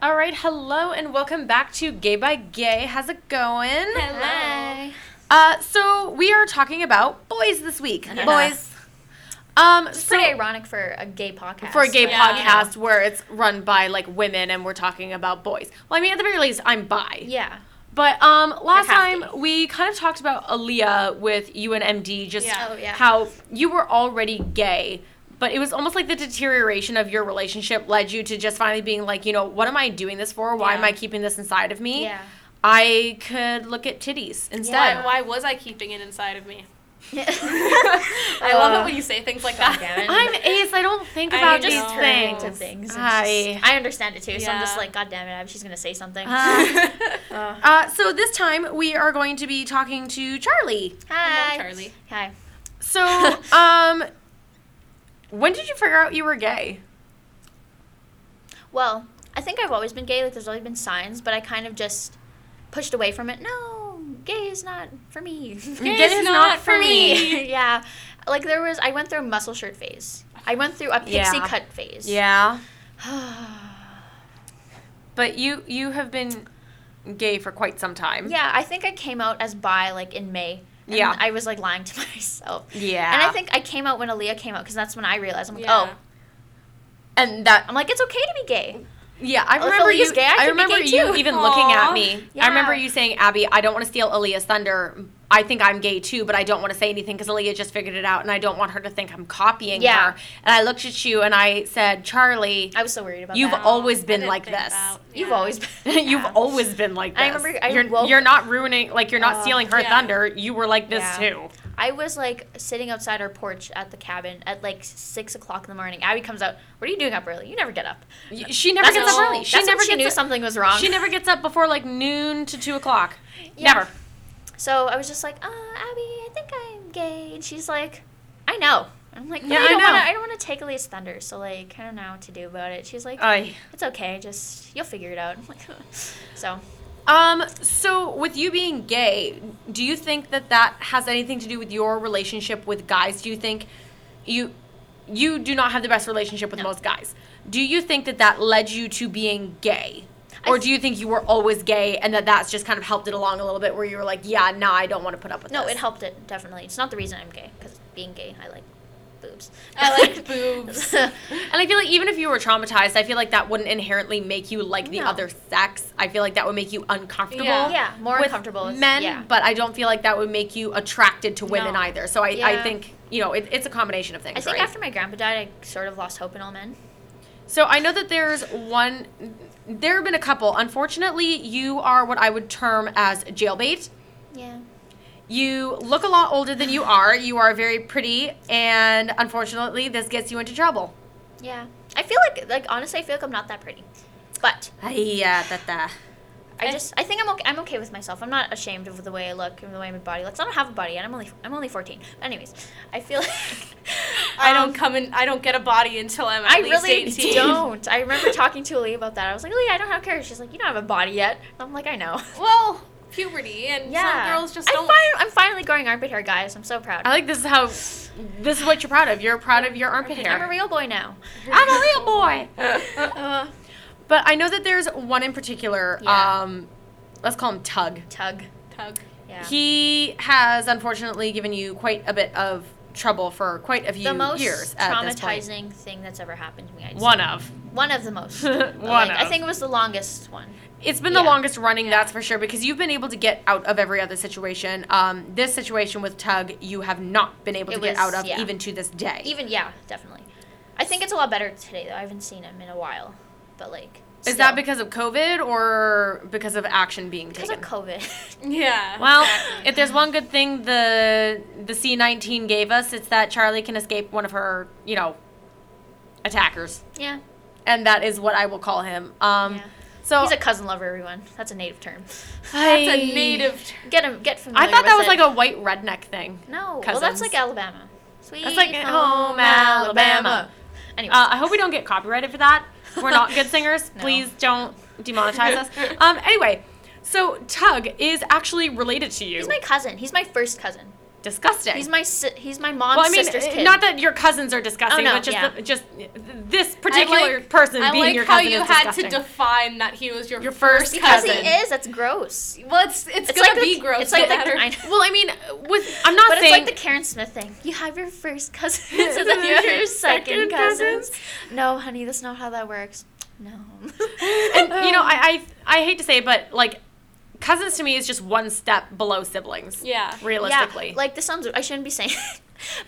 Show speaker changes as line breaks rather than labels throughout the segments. right, hello and welcome back to Gay by Gay. How's it going?
Hello.
Uh, so we are talking about boys this week.
Yeah.
Boys. Um,
It's
so-
pretty ironic for a gay podcast.
for a gay
Yeah.
podcast where it's run by like women and we're talking about boys. Well, I mean, at the very least, I'm bi.
Yeah.
But um, last
You're half
time we kind of talked about Aaliyah with you and MD, just
Yeah.
Oh, yeah.
how you were already gay, but it was almost like the deterioration of your relationship led you to just finally being like, you know, what am I doing this for? Why am
Yeah.
I keeping this inside of me?
Yeah.
I could look at titties
Why,
instead.
why was I keeping it inside of me? I
I
Uh,
love it when you say things like that.
Gavin.
I'm ace. I don't think
I
about
just
these
turn
turning
things.
into things. and
I-
just- I understand it too. So I'm just
Yeah.
like, God damn it, I- she's gonna say something.
Uh,
Uh,
uh, so this time we are going to be talking to Charlie.
hi,
Charlie.
Hi.
So, um, when did you figure out you were gay?
Well, I think I've always been gay. Like, there's always been signs, but I kind of just pushed away from it. No, gay is not for me.
Gay
is not for
yeah. Like there was, I went through a muscle shirt phase. I went through a pixie
Yeah.
cut phase.
Yeah, but you you have been gay for quite some time.
Yeah, I think I came out as bi like in May. And
Mm. Yeah.
I was like lying to myself.
Yeah.
And I think I came out when Aaliyah came out because that's when I realized I'm like,
Yeah.
oh,
and that
I'm like it's okay to be gay.
yeah, I
if
remember
Aaliyah's
you.
gay, I
I
could be
remember
gay
you
too.
even looking at
Aw.
me. I
Yeah.
remember you saying, "Abby, I don't want to steal Aaliyah's thunder. I think I'm gay too, but I don't want to say anything because Aaliyah just figured it out, and I don't want her to think I'm copying
Yeah.
her." And I looked at you and I said, "Charlie,
I was so worried about
You've
that.
al- always
I
been
didn't
like
think
this.
about-
You've
yeah.
always been.
You've
yeah.
always been like this.
I remember I
you're,
woke-
you're not ruining, like you're not
Oh,
stealing her
yeah.
thunder. You were like this
Yeah.
too.
I was like sitting outside our porch at the cabin at like six o'clock in the morning. Abby comes out. What are you doing up early? You never get up.
Y- She never
that's
gets up
when-
early. She
that's when
never
she knew
gets up.
something was wrong.
She never gets up before like noon to two o'clock.
Yeah.
Never.
So I was just like, uh, Abby, I think I'm gay, and she's like, I know. I'm like, but
Yeah,
I
I
don't
know.
want to. I don't want to take Elias thunder. So like, I don't know what to do about it. She's like,
Aye.
it's okay. Just you'll figure it out. I'm like, so
Um. So with you being gay, do you think that that has anything to do with your relationship with guys? Do you think you you do not have the best relationship with
No.
most guys? Do you think that that led you to being gay?
I
Or
th-
do you think you were always gay and that that's just kind of helped it along a little bit where you were like, yeah, nah, I don't want to put up with
no,
this?
it helped it definitely. It's not the reason I'm gay because being gay, I like boobs.
I like boobs.
And I feel like even if you were traumatized, I feel like that wouldn't inherently make you like the
No.
other sex. I feel like that would make you uncomfortable.
Yeah.
yeah, more
with
uncomfortable. is-
men,
yeah.
but I don't feel like that would make you attracted to women
No.
either. So I, I
Yeah.
think you know it, it's a combination of things.
I think
right?
after my grandpa died, I sort of lost hope in all men.
So I know that there's one. There have been a couple. Unfortunately, you are what I would term as jailbait.
Yeah.
You look a lot older than you are. You are very pretty, and unfortunately, this gets you into trouble.
Yeah. I feel like like honestly, I feel like I'm not that pretty, but
Yeah, that that.
I
I-
just I think I'm okay. I'm okay with myself. I'm not ashamed of the way I look and the way my body looks. I don't have a body, and I'm only I'm only 14. But anyways, I feel like
I don't
Um,
come in. I don't get a body until I'm at
I
least
really
18.
don't. I remember talking to Ali about that. I was like, Ali, I don't have hair. She's like, you don't have a body yet. I'm like, I know.
Well, puberty and
Yeah.
some girls just
I'm
don't.
fin- I'm finally growing armpit hair, guys. I'm so proud.
I like this is how. This is what you're proud of. You're proud of your armpit
I'm a
hair.
real boy now.
I'm a real boy.
Uh,
But I know that there's one in particular.
Yeah.
Um, let's call him Tug.
Tug.
tug.
Yeah.
He has unfortunately given you quite a bit of trouble for quite a few
the most
years. At this point.
traumatizing thing that's ever happened to me. I just,
One of.
One of the most. But,
One
like,
of.
I think it was the longest one.
it's been the
Yeah.
longest running, that's for sure, because you've been able to get out of every other situation. Um, this situation with Tug, you have not been able
It
to get
was-
out of
yeah.
even to this day.
Even yeah, definitely. I think it's a lot better today though. I haven't seen him in a while, but like.
Is that
still.
because of COVID or because of action being
because
taken?
of COVID?
Yeah.
Well,
exactly.
if there's one good thing the the C19 gave us, it's that Charlie can escape one of her, you know, attackers,
yeah.
and that is what I will call him. Um,
Yeah.
so
He's a cousin lover, everyone. That's a native term.
that's a native. term.
Get him. Get familiar.
I thought that was like
with it.
a white redneck thing.
No. Well,
cousins.
that's like Alabama. Sweet
That's like home Alabama.
Anyway.
Uh, I hope we don't get copyrighted for that. We're not good singers.
No.
Please don't demonetize us. Um, anyway, so Tug is actually related to you.
he's my cousin. He's my first cousin.
disgusting.
He's my si- he's my mom's
well, I mean,
sister's
uh,
kid.
not that your cousins are disgusting,
Oh, no,
but just
yeah.
the, just this particular
like-
person
I
being
like
your
how
cousin
you
is
had
disgusting.
to define that he was your,
Your first
first
because
cousin.
he
cousin.
is. That's gross.
Well, it's it's,
It's
gonna
like the-
be gross.
it's like
no
the-
matter-
I know.
well, I mean, with I'm not
But it's
saying
like the Karen Smith thing. You have your first cousins and then you have your second
Second
cousins.
cousins?
No, honey, that's not how that works. No.
and you know, I, I I hate to say, it, but like cousins to me is just one step below siblings.
yeah.
Realistically.
Yeah, like this sounds. I shouldn't be saying, it,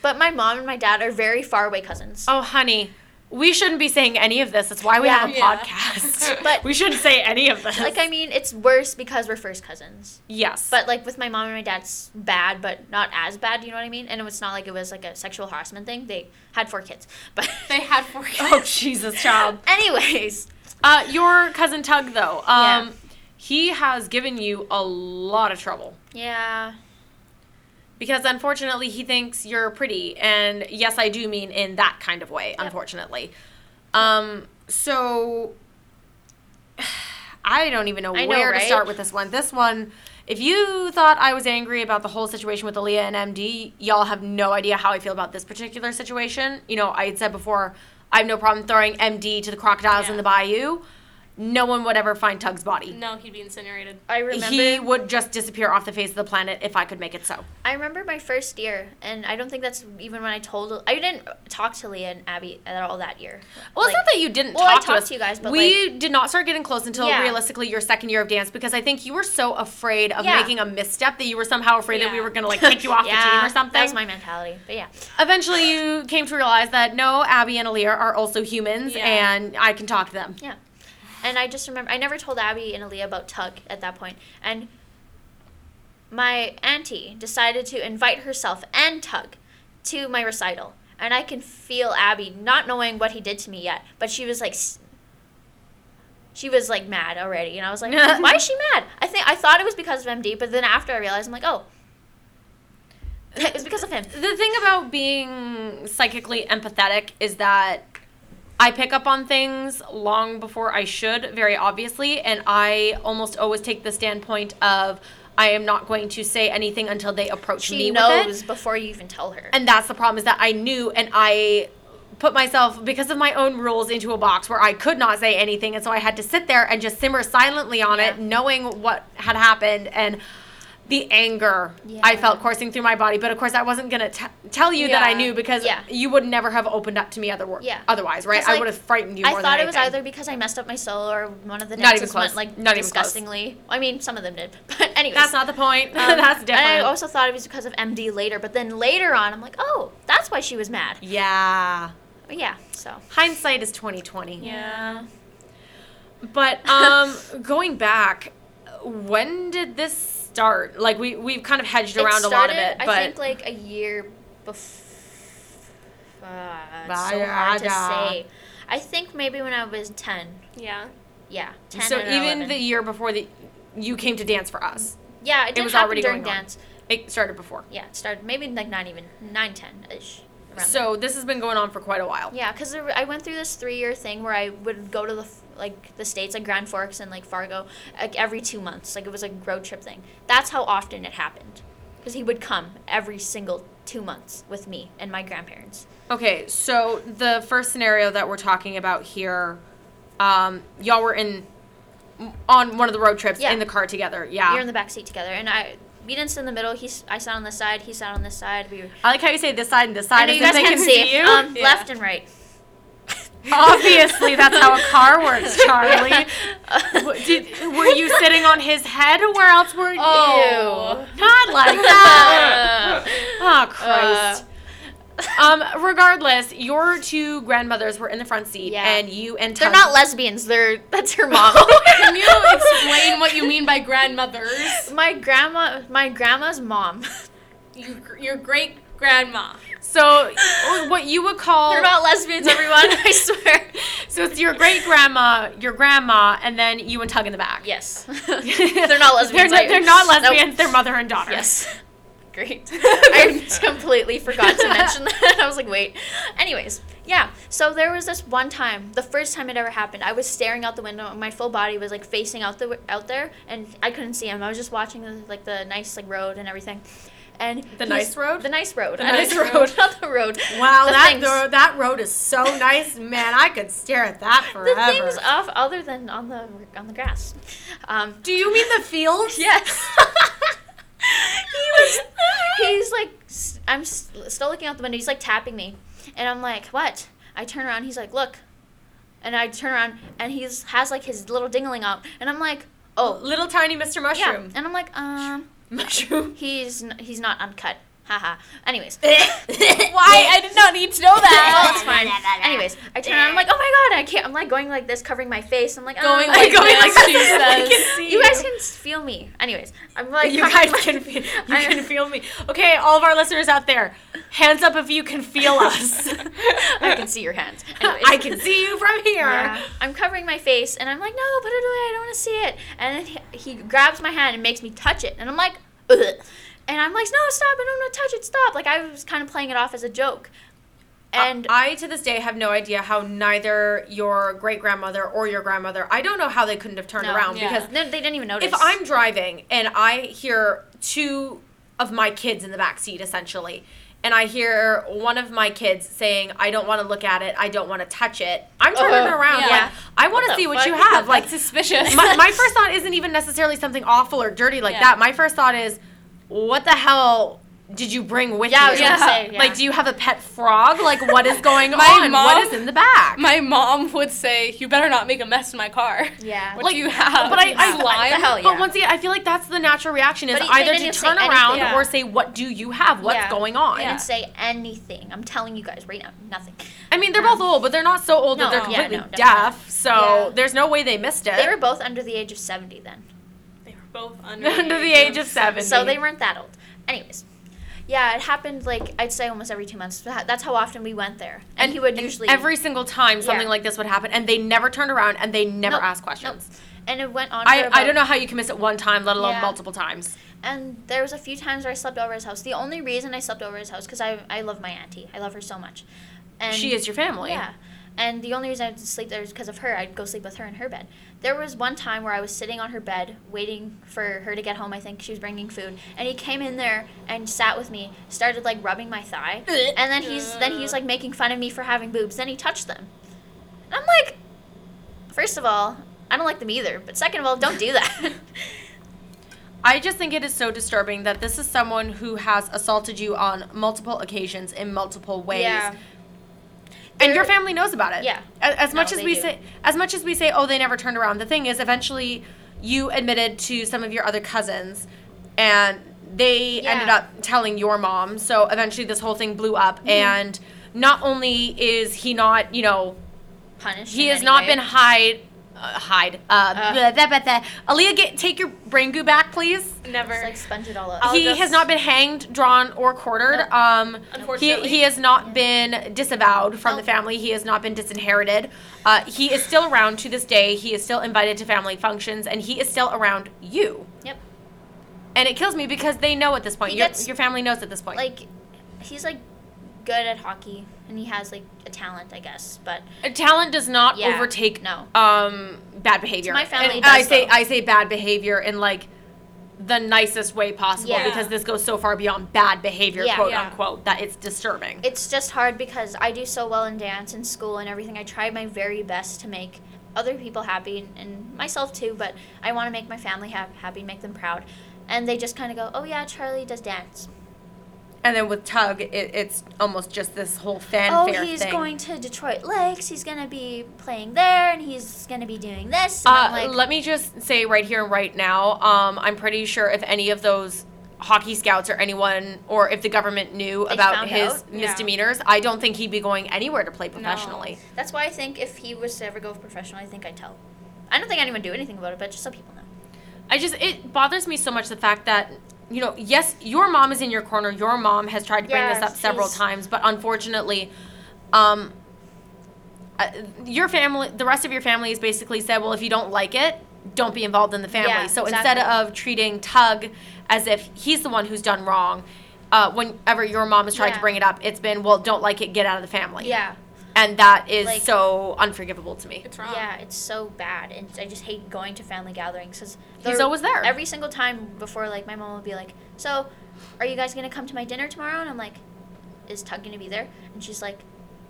but my mom and my dad are very far away cousins.
oh, honey, we shouldn't be saying any of this. That's why we have a
Yeah. Yeah.
podcast.
But-
we shouldn't say any of this.
Like I mean, it's worse because we're first cousins.
yes,
But like with my mom and my dad's bad, but not as bad. You know what I mean? And it was not like it was like a sexual harassment thing. They had four kids, but
They had four kids.
oh Jesus, child.
anyways,
Uh, your cousin Tug, though, um,
Yeah.
he has given you a lot of trouble
yeah,
because unfortunately he thinks you're pretty, and yes, I do mean in that kind of way. Unfortunately, um, so I don't even know
I know,
where
right?
to start with this one. This one, if you thought I was angry about the whole situation with Aaliyah and MD, y'all have no idea how I feel about this particular situation. You know, I had said before, I have no problem throwing MD to the crocodiles in
Yeah.
the bayou. No one would ever find Tug's body.
No, he'd be incinerated.
I remember.
He would just disappear off the face of the planet if I could make it so.
I remember my first year, and I don't think that's even when I told. I didn't talk to Leah and Abby at all that year.
Well,
Like,
it's not that you didn't
well, I
talk to
talked
us.
to you guys, but,
we did not start getting close until
Yeah.
realistically your second year of dance because I think you were so afraid of
Yeah.
making a misstep that you were somehow afraid that we
Yeah.
were going to like kick you off the
yeah,
team or something.
That was my mentality, but yeah.
Eventually, you came to realize that no, Abby and Aaliyah are also humans,
Yeah.
and I can talk to them.
Yeah. And I just remember I never told Abby and Aaliyah about Tug at that point. And my auntie decided to invite herself and Tug to my recital. And I can feel Abby not knowing what he did to me yet, but she was like s- she was like mad already. And I was like, "Why is she mad?" I think I thought it was because of MD, but then after I realized I'm like, "Oh, it was because of him."
The thing about being psychically empathetic is that I pick up on things long before I should, very obviously, and I almost always take the standpoint of I am not going to say anything until they approach
She
me with it.
knows before you even tell her.
And that's the problem is that I knew and I put myself because of my own rules into a box where I could not say anything and so I had to sit there and just simmer silently on it
Yeah.
knowing what had happened and the anger I
Yeah.
felt coursing through my body but of course I wasn't going to tell you that I
Yeah.
knew because
Yeah.
you would never have opened up to me other
Yeah.
otherwise right
'Cause,
I
like,
would have frightened you more
I thought
than
it was
anything.
either because I messed up my solo or one of the
Not even
dances went
close.
like
Not even close.
disgustingly. I mean, some of them did, but anyways.
that's not the point
um,
that's
And I
different
also thought it was because of MD later, but then later on, I'm like, oh, that's why she was mad.
yeah
But yeah, so
hindsight is 2020
Yeah.
But um, going back, when did this start? Like we we've kind of hedged
It
around a lot of
started,
it, but
I think like a year before. it's so
Vaya,
hard to
da.
say. I think maybe when I was ten.
Yeah.
Yeah, ten.
so
or
even
11.
the year before the you came to dance for us,
yeah, it, did
was
happen
already
during
going on.
dance.
it started before.
Yeah, it started maybe like not even nine, ten ish. around there.
So this has been going on for quite a while.
Yeah, because I went through this three-year thing where I would go to the f- like the states, like Grand Forks and like Fargo, like every two months. Like it was like a road trip thing. That's how often it happened, because he would come every single two months with me and my grandparents.
Okay, so the first scenario that we're talking about here, um, y'all were in on one of the road trips
Yeah.
in the car together. Yeah.
We were in the back seat together, and I we danced in the middle. He, s- I sat on this side. He sat on this side. We were.
I like how you say this side and this side.
I know
as
you
if they
guys can't see.
you.
Um,
Yeah.
left and right.
Obviously, that's how a car works, Charlie. W- Did, were you sitting on his head? Where else were you?
Oh.
Not like that. oh,
Uh,
Christ. um, regardless, your two grandmothers were in the front seat,
Yeah.
and you and
They're
Tug-
not lesbians. They're that's her mom.
Can you explain what you mean by grandmothers?
my grandma, my grandma's mom.
You, your great grandma.
So, uh, what you would call
They're not lesbians, everyone. I swear.
so it's your great grandma, your grandma, and then you and Tug in the back.
Yes. they're not lesbians.
They're,
I-
not- they're not
Nope.
lesbians. They're mother and daughter.
Yes. Great. I completely forgot to mention that. I was like, wait. Anyways, yeah. So there was this one time, the first time it ever happened. I was staring out the window, and my full body was like facing out the out there, and I couldn't see him. I was just watching the, like the nice like road and everything. and
The
he's-
nice road?
the nice road,
The
not
nice
the
road.
not the road.
Wow,
The
that
things-
ro- that road is so nice, man. I could stare at that
The
forever.
things off other than on the on the grass. Um,
Do you mean the fields?
Yes. he was. He's like, s- I'm s- still looking out the window. He's like tapping me, and I'm like, what? I turn around. He's like, look, and I turn around, and he's has like his little dingling out, and I'm like, oh,
Little tiny Mr.
yeah,
Mushroom.
and I'm like, um,
Mushroom.
he's n- he's not uncut. Haha. Anyways.
Why? I did not need to know
Well, it's
that.
fine. Anyways, I turn around. I'm like, oh my god, I can't. I'm like going like this, covering my face. I'm like,
Going
um,
like
Going like
this, she
this, I
says.
can see
you guys can s- feel me. Anyways, I'm like,
you
covering
guys
my-
can feel, you
I-
can feel me. Okay, all of our listeners out there, hands up if you can feel us.
I can see your hands. Anyways.
I can see you from here.
Yeah.
Uh,
I'm covering my face and I'm like, no, put it away. I don't want to see it. And then he, he grabs my hand and makes me touch it. And I'm like, Ugh. and I'm like, no, stop. I don't want to touch it. Stop. Like, I was kind of playing it off as a joke. And
I to this day have no idea how neither your great grandmother or your grandmother. I don't know how they couldn't have turned
No,
around
yeah.
because
no, they didn't even notice.
if I'm driving and I hear two of my kids in the back seat essentially and I hear one of my kids saying I don't want to look at it, I don't want to touch it. I'm turning
Oh,
around
yeah.
like I want
Uh-huh. What
to
the
see what
fuck?
you have. Like
Like suspicious.
my, my first thought isn't even necessarily something awful or dirty like
Yeah.
that. My first thought is, what the hell did you bring with
Yeah, I
you?
was gonna say, yeah.
Like, do you have a pet frog? Like, what is going
My
on?
mom-
what is in the back?
My mom would say, "You better not make a mess in my car."
yeah.
What do you have?
But I, I
Slime?
What the hell,
But
yeah.
once again, I feel like that's the natural reaction is
But e- he- they
either
didn't
to
even say
turn
anything.
around
Yeah.
or say, what do you have? What's
Yeah.
going on?
I
Yeah.
didn't say anything. I'm telling you guys right now, nothing.
I mean, they're both old, but they're not so old that
No,
they're
yeah,
completely
no, definitely.
deaf. So
Yeah.
there's no way they missed it.
They were both under the age of 70 then.
They were both under,
under the age of seven.
So they weren't that old. Anyways. Yeah, it happened like I'd say almost every two months. That- That's how often we went there, and, he would usually
every single time something
Yeah.
like this would happen, and they never turned around and they never
Nope,
asked
nope.
questions.
And it went on. for
I, I
about-
don't know how you can miss it one time, let alone
Yeah.
multiple times.
And there was a few times where I slept over his house. The only reason I slept over his house because I I love my auntie. I love her so much. And
she is your family.
Yeah. And the only reason I would sleep there is because of her. I'd go sleep with her in her bed. There was one time where I was sitting on her bed waiting for her to get home. I think she was bringing food, and he came in there and sat with me, started like rubbing my thigh, and then he's then he's like making fun of me for having boobs. Then he touched them. And I'm like, first of all, I don't like them either. But second of all, don't do that.
I just think it is so disturbing that this is someone who has assaulted you on multiple occasions in multiple ways. And your
They're-
family knows about it.
Yeah.
A- As,
No,
much as
they
we
do.
say as much as we say, oh, they never turned around, the thing is eventually you admitted to some of your other cousins and they
Yeah.
ended up telling your mom. So eventually this whole thing blew
Mm-hmm.
up and not only is he not, you know,
punished.
He
in
has
any
not
way.
been hide, uh, hide. Uh, blah, blah, blah, blah. Aaliyah, get take your brain goo back, please.
It's
Never.
like sponge it all up.
I'll
he
just-
has not been hanged, drawn, or quartered.
Nope.
Um, he
Unfortunately.
he has not been disavowed from the
Nope.
family. He has not been disinherited. Uh, he is still around to this day. He is still invited to family functions, and he is still around you.
Yep.
And it kills me because they know at this point.
He
Your,
gets-
your family knows at this point.
Like, he's like good at hockey, and he has like a talent, I guess. But
talent does not
yeah,
overtake
No.
um bad behavior.
my family
And
does,
I say
though.
I say bad behavior in like the nicest way possible
Yeah.
because this goes so far beyond bad behavior,
Yeah.
quote
Yeah.
unquote, that it's disturbing.
It's just hard because I do so well in dance and school and everything. I try my very best to make other people happy and, and myself too. But I want to make my family ha- happy, make them proud, and they just kind of go, "Oh yeah, Charlie does dance.
and then with Tug, it, it's almost just this whole fanfare
oh, he's
thing.
going to Detroit Lakes. He's gonna be playing there, and he's gonna be doing this." And
uh,
I'm like,
let me just say right here and right now, um, I'm pretty sure if any of those hockey scouts or anyone, or if the government knew
They
about
found
his
out?
Yeah.
misdemeanors, I don't think he'd be going anywhere to play professionally.
That's why I think if he was to ever go professional, I think I'd tell. I don't think anyone would do anything about it, but just so people know.
I just it bothers me so much the fact that you know yes your mom is in your corner your mom has tried to bring
Yeah,
this up several
she's-
times but unfortunately um uh, your family the rest of your family has basically said well if you don't like it don't be involved in the family
Yeah,
so instead
exactly.
of treating Tug as if he's the one who's done wrong uh, whenever your mom has tried
Yeah.
to bring it up it's been well don't like it get out of the family
Yeah.
and that is
Like-
so unforgivable to me.
It's wrong.
Yeah, it's so bad, and I just hate going to family gatherings because
He's always there.
Every single time before, like my mom would be like, "So, are you guys gonna come to my dinner tomorrow?" And I'm like, "Is Tug gonna be there?" And she's like,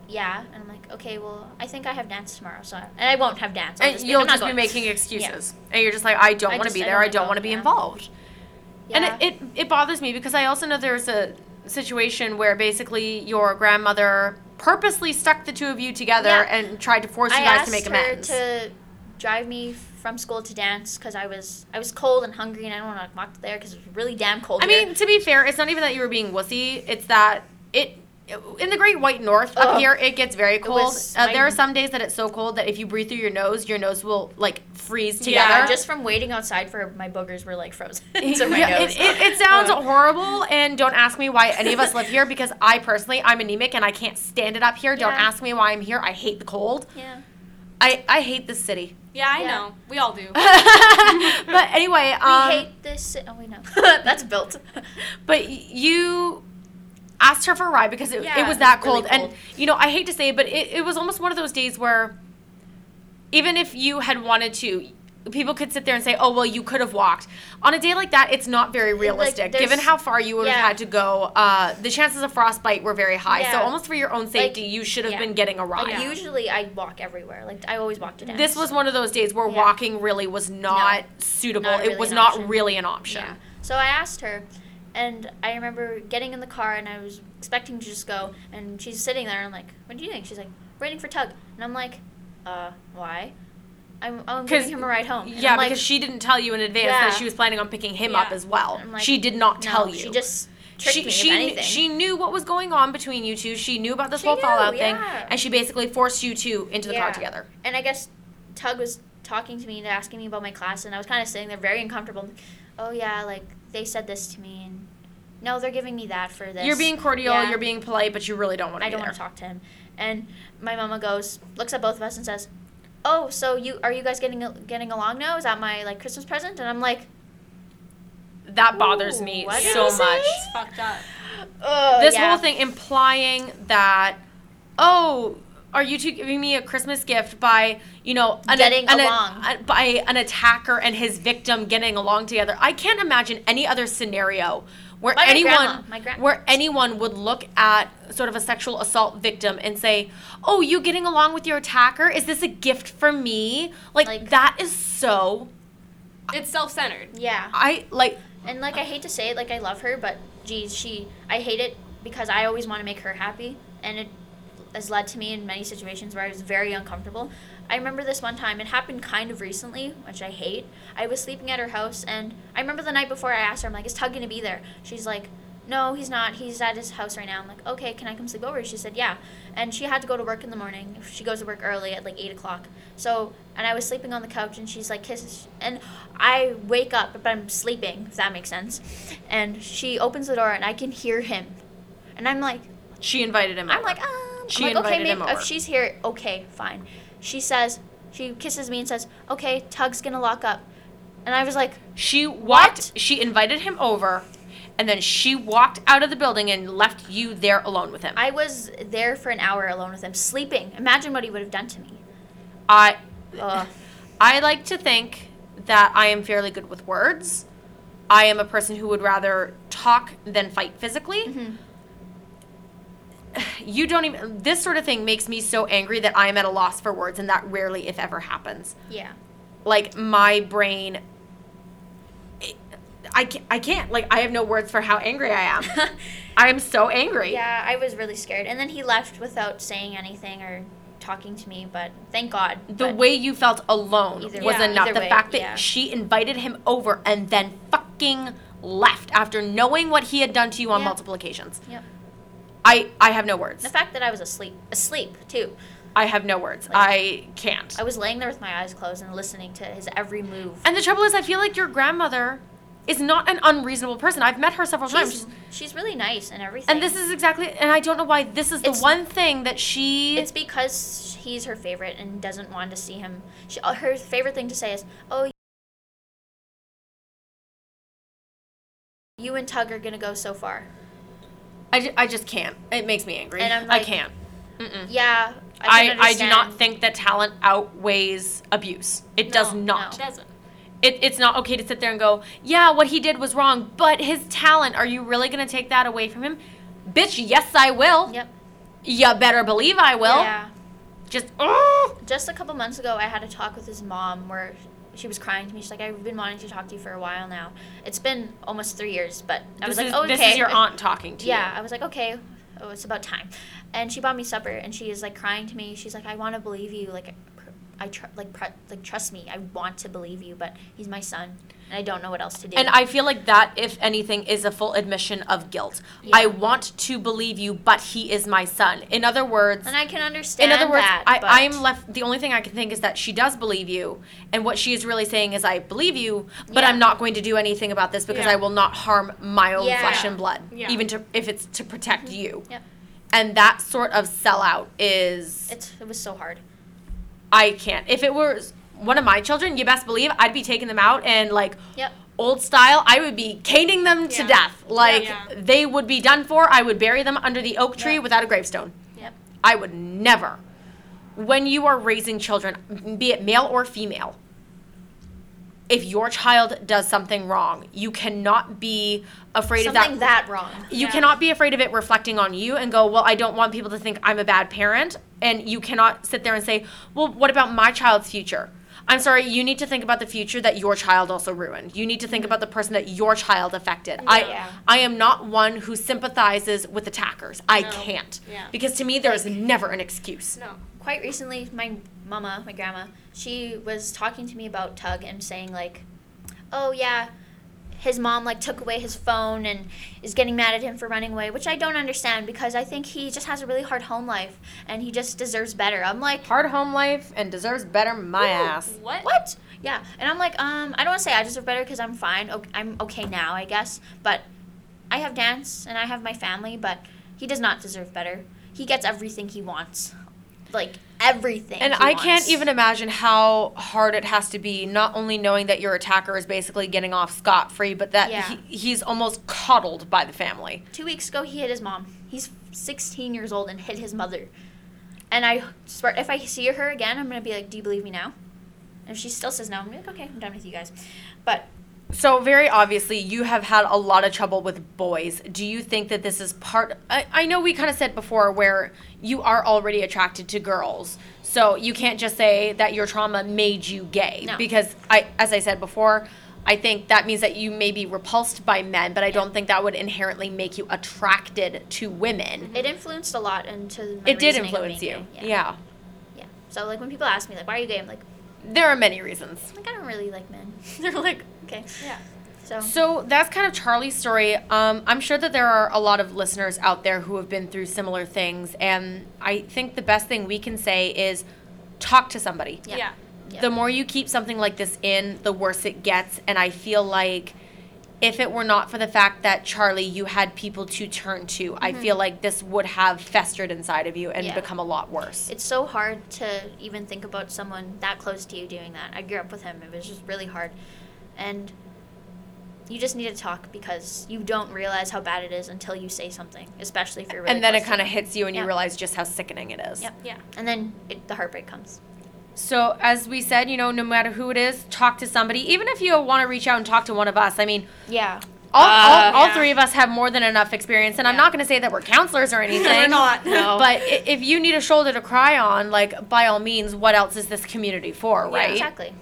"Yeah." And I'm like, "Okay, well, I think I have dance tomorrow, so I, and I won't have dance." I'll
And
just be-
you'll
I'm not
just be
going."
making excuses, and you're just like, I don't
I
want to
just-
be
I
there.
don't
I
wanna
don't
go,
want to be
yeah.
involved.
Yeah.
And it, it, it bothers me because I also know there's a situation where basically your grandmother purposely stuck the two of you together
Yeah.
and tried to force you
I
guys
asked
to make
her
amends.
to drive me from school to dance because I was I was cold and hungry and I don't want to walk there because it was really damn cold.
I
here.
mean, to be fair, it's not even that you were being wussy. It's that it in the Great White North up
Ugh.
here, it gets very cold.
was
uh, there
my-
are some days that it's so cold that if you breathe through your nose, your nose will like freeze
Yeah,
together.
just from waiting outside for my boogers were like frozen to my
Yeah,
nose.
it, it, it sounds
Uh,
horrible, and don't ask me why any of us live here because I personally, I'm anemic and I can't stand it up here. Don't
Yeah.
ask me why I'm here. I hate the cold.
yeah.
I, I hate this city.
Yeah, I
Yeah.
know. We all do.
but anyway,
We
um,
hate this. si- Oh, wait, no. That's built.
but y- you asked her for a ride because it,
Yeah,
it was that
it was really
cold.
cold.
And, you know, I hate to say it, but it, it was almost one of those days where even if you had wanted to, people could sit there and say, oh, well, you could have walked. On a day like that, it's not very realistic.
there's-
Given how far you would
yeah.
have had to go, uh, the chances of frostbite were very high. So,
Yeah.
almost for your own safety, you should have
yeah.
been getting a ride.
Like, Usually I walk everywhere. Like, I always walk to dance.
This was one of those days where
Yeah.
walking really was not suitable.
Not really
it was
an
not
option.
really an option.
Yeah. So I asked her, and I remember getting in the car, and I was expecting to just go, and she's sitting there, and I'm like, what are you doing? She's like, waiting for Tug. And I'm like, uh, why? I'm, I'm
'Cause-
giving him a ride home. And
Yeah,
I'm like,
because she didn't tell you in advance
Yeah.
that she was planning on picking him up
Yeah.
as well.
I'm like,
she did not
no,
tell you.
She just tricked
she
me,
she,
if
kn-
anything.
she knew what was going on between you two. She knew about this
She
whole
knew,
fallout
yeah.
thing, and she basically forced you two into the
Yeah.
car together.
and I guess Tug was talking to me and asking me about my class, and I was kind of sitting there very uncomfortable. Oh yeah, like they said this to me, and no, they're giving me that for this.
You're being cordial.
Yeah.
You're being polite, but you really don't want to.
I don't want to talk to him. And my mama goes, looks at both of us and says, "Oh, so you are you guys getting getting along now? Is that my like Christmas present?" And I'm like,
That bothers
Ooh,
me
what did
so
he say?
much.
It's fucked up.
"Ugh,
This
yeah."
whole thing implying that, oh, are you two giving me a Christmas gift by you know an,
Getting
an-
along.
a- by an attacker and his victim getting along together? I can't imagine any other scenario where
By my
anyone
grandma, my gran-
where anyone would look at sort of a sexual assault victim and say, "Oh, you getting along with your attacker? Is this a gift for me?" Like,
Like-
that is so.
It's self-centered.
Yeah,
I like
and like I hate to say it, like I love her, but geez, she I hate it because I always want to make her happy, and it has led to me in many situations where I was very uncomfortable. I remember this one time. It happened kind of recently, which I hate. I was sleeping at her house, and I remember the night before I asked her, I'm like, "Is Tug gonna be there?" She's like, "No, he's not. He's at his house right now." I'm like, "Okay, can I come sleep over?" She said, "Yeah." And she had to go to work in the morning. She goes to work early at like eight o'clock. So, and I was sleeping on the couch, and she's like, "Kiss," and I wake up, but I'm sleeping. If that makes sense. And she opens the door, and I can hear him, and I'm like.
she invited him.
I'm
over.
like, um,
She
I'm like, okay,
invited him
maybe if
over.
she's here, okay, fine. She says, she kisses me and says, okay, Tug's gonna lock up. And I was like,
She walked.
What?
She invited him over, and then she walked out of the building and left you there alone with him. I,
I was there for an hour alone with him, sleeping. Imagine what he would have done to me.
I,
Ugh.
like to think that I am fairly good with words. I am a person who would rather talk than fight physically.
Mm-hmm.
You don't even. This sort of thing makes me so angry that I am at a loss for words, and that rarely, if ever, happens.
yeah.
like my brain I can't, I can't like I have no words for how angry I am. I am so angry.
Yeah, I was really scared. And then he left without saying anything or talking to me, but thank God.
The
But
way you felt alone
Either
was
way.
enough.
Either
The
way,
fact that
yeah.
she invited him over and then fucking left after knowing what he had done to you on
Yeah.
multiple occasions.
Yep.
I I have no words.
The fact that I was asleep, asleep too.
I have no words.
Like-
I can't.
I was laying there with my eyes closed and listening to his every move.
And the trouble is I feel like your grandmother is not an unreasonable person. I've met her several times.
She's, she's really nice and everything.
And this is exactly and I don't know why this is the
It's-
one thing that she
It's because he's her favorite and doesn't want to see him. She, uh, her favorite thing to say is, "Oh, you and Tug are gonna go so far."
I, ju- I just can't. It makes me angry.
And I'm
I
like-
can't. Mm-mm.
Yeah,
Mm. I,
I can
I do not
understand.
think that talent outweighs abuse. It does
No,
not.
no.
doesn't.
It, it's not okay to sit there and go, yeah, what he did was wrong, but his talent, are you really going to take that away from him? Bitch, yes, I will.
Yep.
You better believe I will.
yeah.
Just, oh.
just a couple months ago, I had a talk with his mom where she was crying to me. She's like, I've been wanting to talk to you for a while now. It's been almost three years, but I was
this,
like,
is,
oh, okay.
this is your aunt talking to
Yeah, I was like, okay, oh, it's about time. And she bought me supper, and she is like crying to me. She's like, I want to believe you, like, pr- I tr- like, pr- like trust me, I want to believe you, but he's my son, and I don't know what else to do.
you. And I feel like that, if anything, is a full admission of guilt.
Yeah.
I want to believe you, but he is my son. In other words,
and I can understand.
in other words,
that,
I,
but-
I'm left. The only thing I can think is that she does believe you, and what she is really saying is, I believe you, but
Yeah.
I'm not going to do anything about this because
Yeah.
I will not harm my own
Yeah. Mm-hmm.
flesh and blood,
Yeah.
even to, if it's to protect you.
Yep.
And that sort of sellout is
It's, it was so hard.
I can't. If it were one of my children, you best believe I'd be taking them out and like
Yep.
old style, I would be caning them to
Yeah.
death. Like
Yeah.
they would be done for. I would bury them under the oak tree
Yeah.
without a gravestone.
Yep.
I would never. When you are raising children, be it male or female, if your child does something wrong, you cannot be afraid
Something
of that.
that wrong.
you
Yeah.
cannot be afraid of it reflecting on you and go, well, I don't want people to think I'm a bad parent. And you cannot sit there and say, well, what about my child's future? I'm sorry, you need to think about the future that your child also ruined. You need to
Mm-hmm.
think about the person that your child affected.
Yeah.
I, I am not one who sympathizes with attackers. I
No.
can't.
Yeah.
Because to me, there's never an excuse.
No.
quite recently my mama my grandma she was talking to me about tug and saying like oh yeah his mom like took away his phone and is getting mad at him for running away which i don't understand because i think he just has a really hard home life and he just deserves better i'm like
Hard home life and deserves better my ass.
What?
what yeah and i'm like um i don't want to say i deserve better because i'm fine okay, i'm okay now i guess but i have dance and i have my family but he does not deserve better he gets everything he wants like everything
And
he
I
wants.
can't even imagine how hard it has to be, not only knowing that your attacker is basically getting off scot free, but that
Yeah.
he, he's almost coddled by the family.
Two weeks ago, he hit his mom. He's 16 years old and hit his mother. And I swear, if I see her again, I'm gonna be like, "Do you believe me now?" And if she still says no, I'm gonna be like, "Okay, I'm done with you guys." But
So, very obviously, you have had a lot of trouble with boys. Do you think that this is part? I, I know we kind of said before where you are already attracted to girls. So, you can't just say that your trauma made you gay.
No.
Because, I, as I said before, I think that means that you may be repulsed by men, but I don't think that would inherently make you attracted to women.
it influenced a lot into my
it did
reasoning of
influence you.
being
Yeah.
gay. yeah. So like when people ask me like, "Why are you gay?" I'm like,
There are many reasons.
"Like I don't really like men."
They're like
Okay.
Yeah.
So
so that's kind of Charlie's story. Um, I'm sure that there are a lot of listeners out there who have been through similar things, and I think the best thing we can say is talk to somebody.
Yeah.
Yeah.
yeah.
The more you keep something like this in, the worse it gets, and I feel like if it were not for the fact that Charlie, you had people to turn to, I feel like this would have festered inside of you and
Mm-hmm. Yeah.
become a lot worse.
it's so hard to even think about someone that close to you doing that. I grew up with him. It was just really hard. And you just need to talk because you don't realize how bad it is until you say something, especially if you're really
and then it
close to
kind of hits you, and
Yeah.
you realize just how sickening it is.
Yep.
Yeah.
them. And then it, the heartbreak comes.
So, as we said, you know, no matter who it is, talk to somebody. Even if you want to reach out and talk to one of us, I mean,
Yeah.
all,
Uh,
all, all
yeah.
three of us have more than enough experience, and I'm
Yeah.
not going to say that we're counselors or anything.
We're not.
But i- if you need a shoulder to cry on, like, by all means, what else is this community for,
Yeah,
right?
Exactly.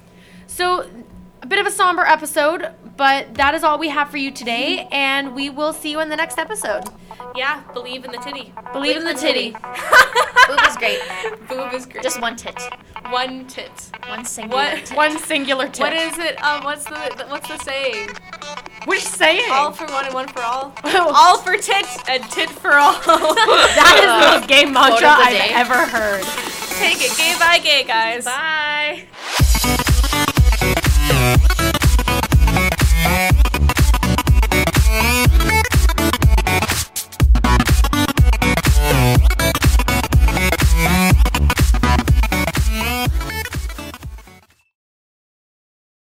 So, a bit of a somber episode, but that is all we have for you today, and we will see you in the next episode.
Yeah. Believe in the titty.
Believe in the titty.
Boob is great.
Boob is great.
Just one tit.
one tit.
One single
What?
tit.
One singular tip.
What is it? Um. What's the What's the saying?
Which saying?
All for one and one for all. all for tit and tit for all.
that is the most gay mantra
the
I've
day.
ever heard.
Take it gay by gay, guys.
Bye.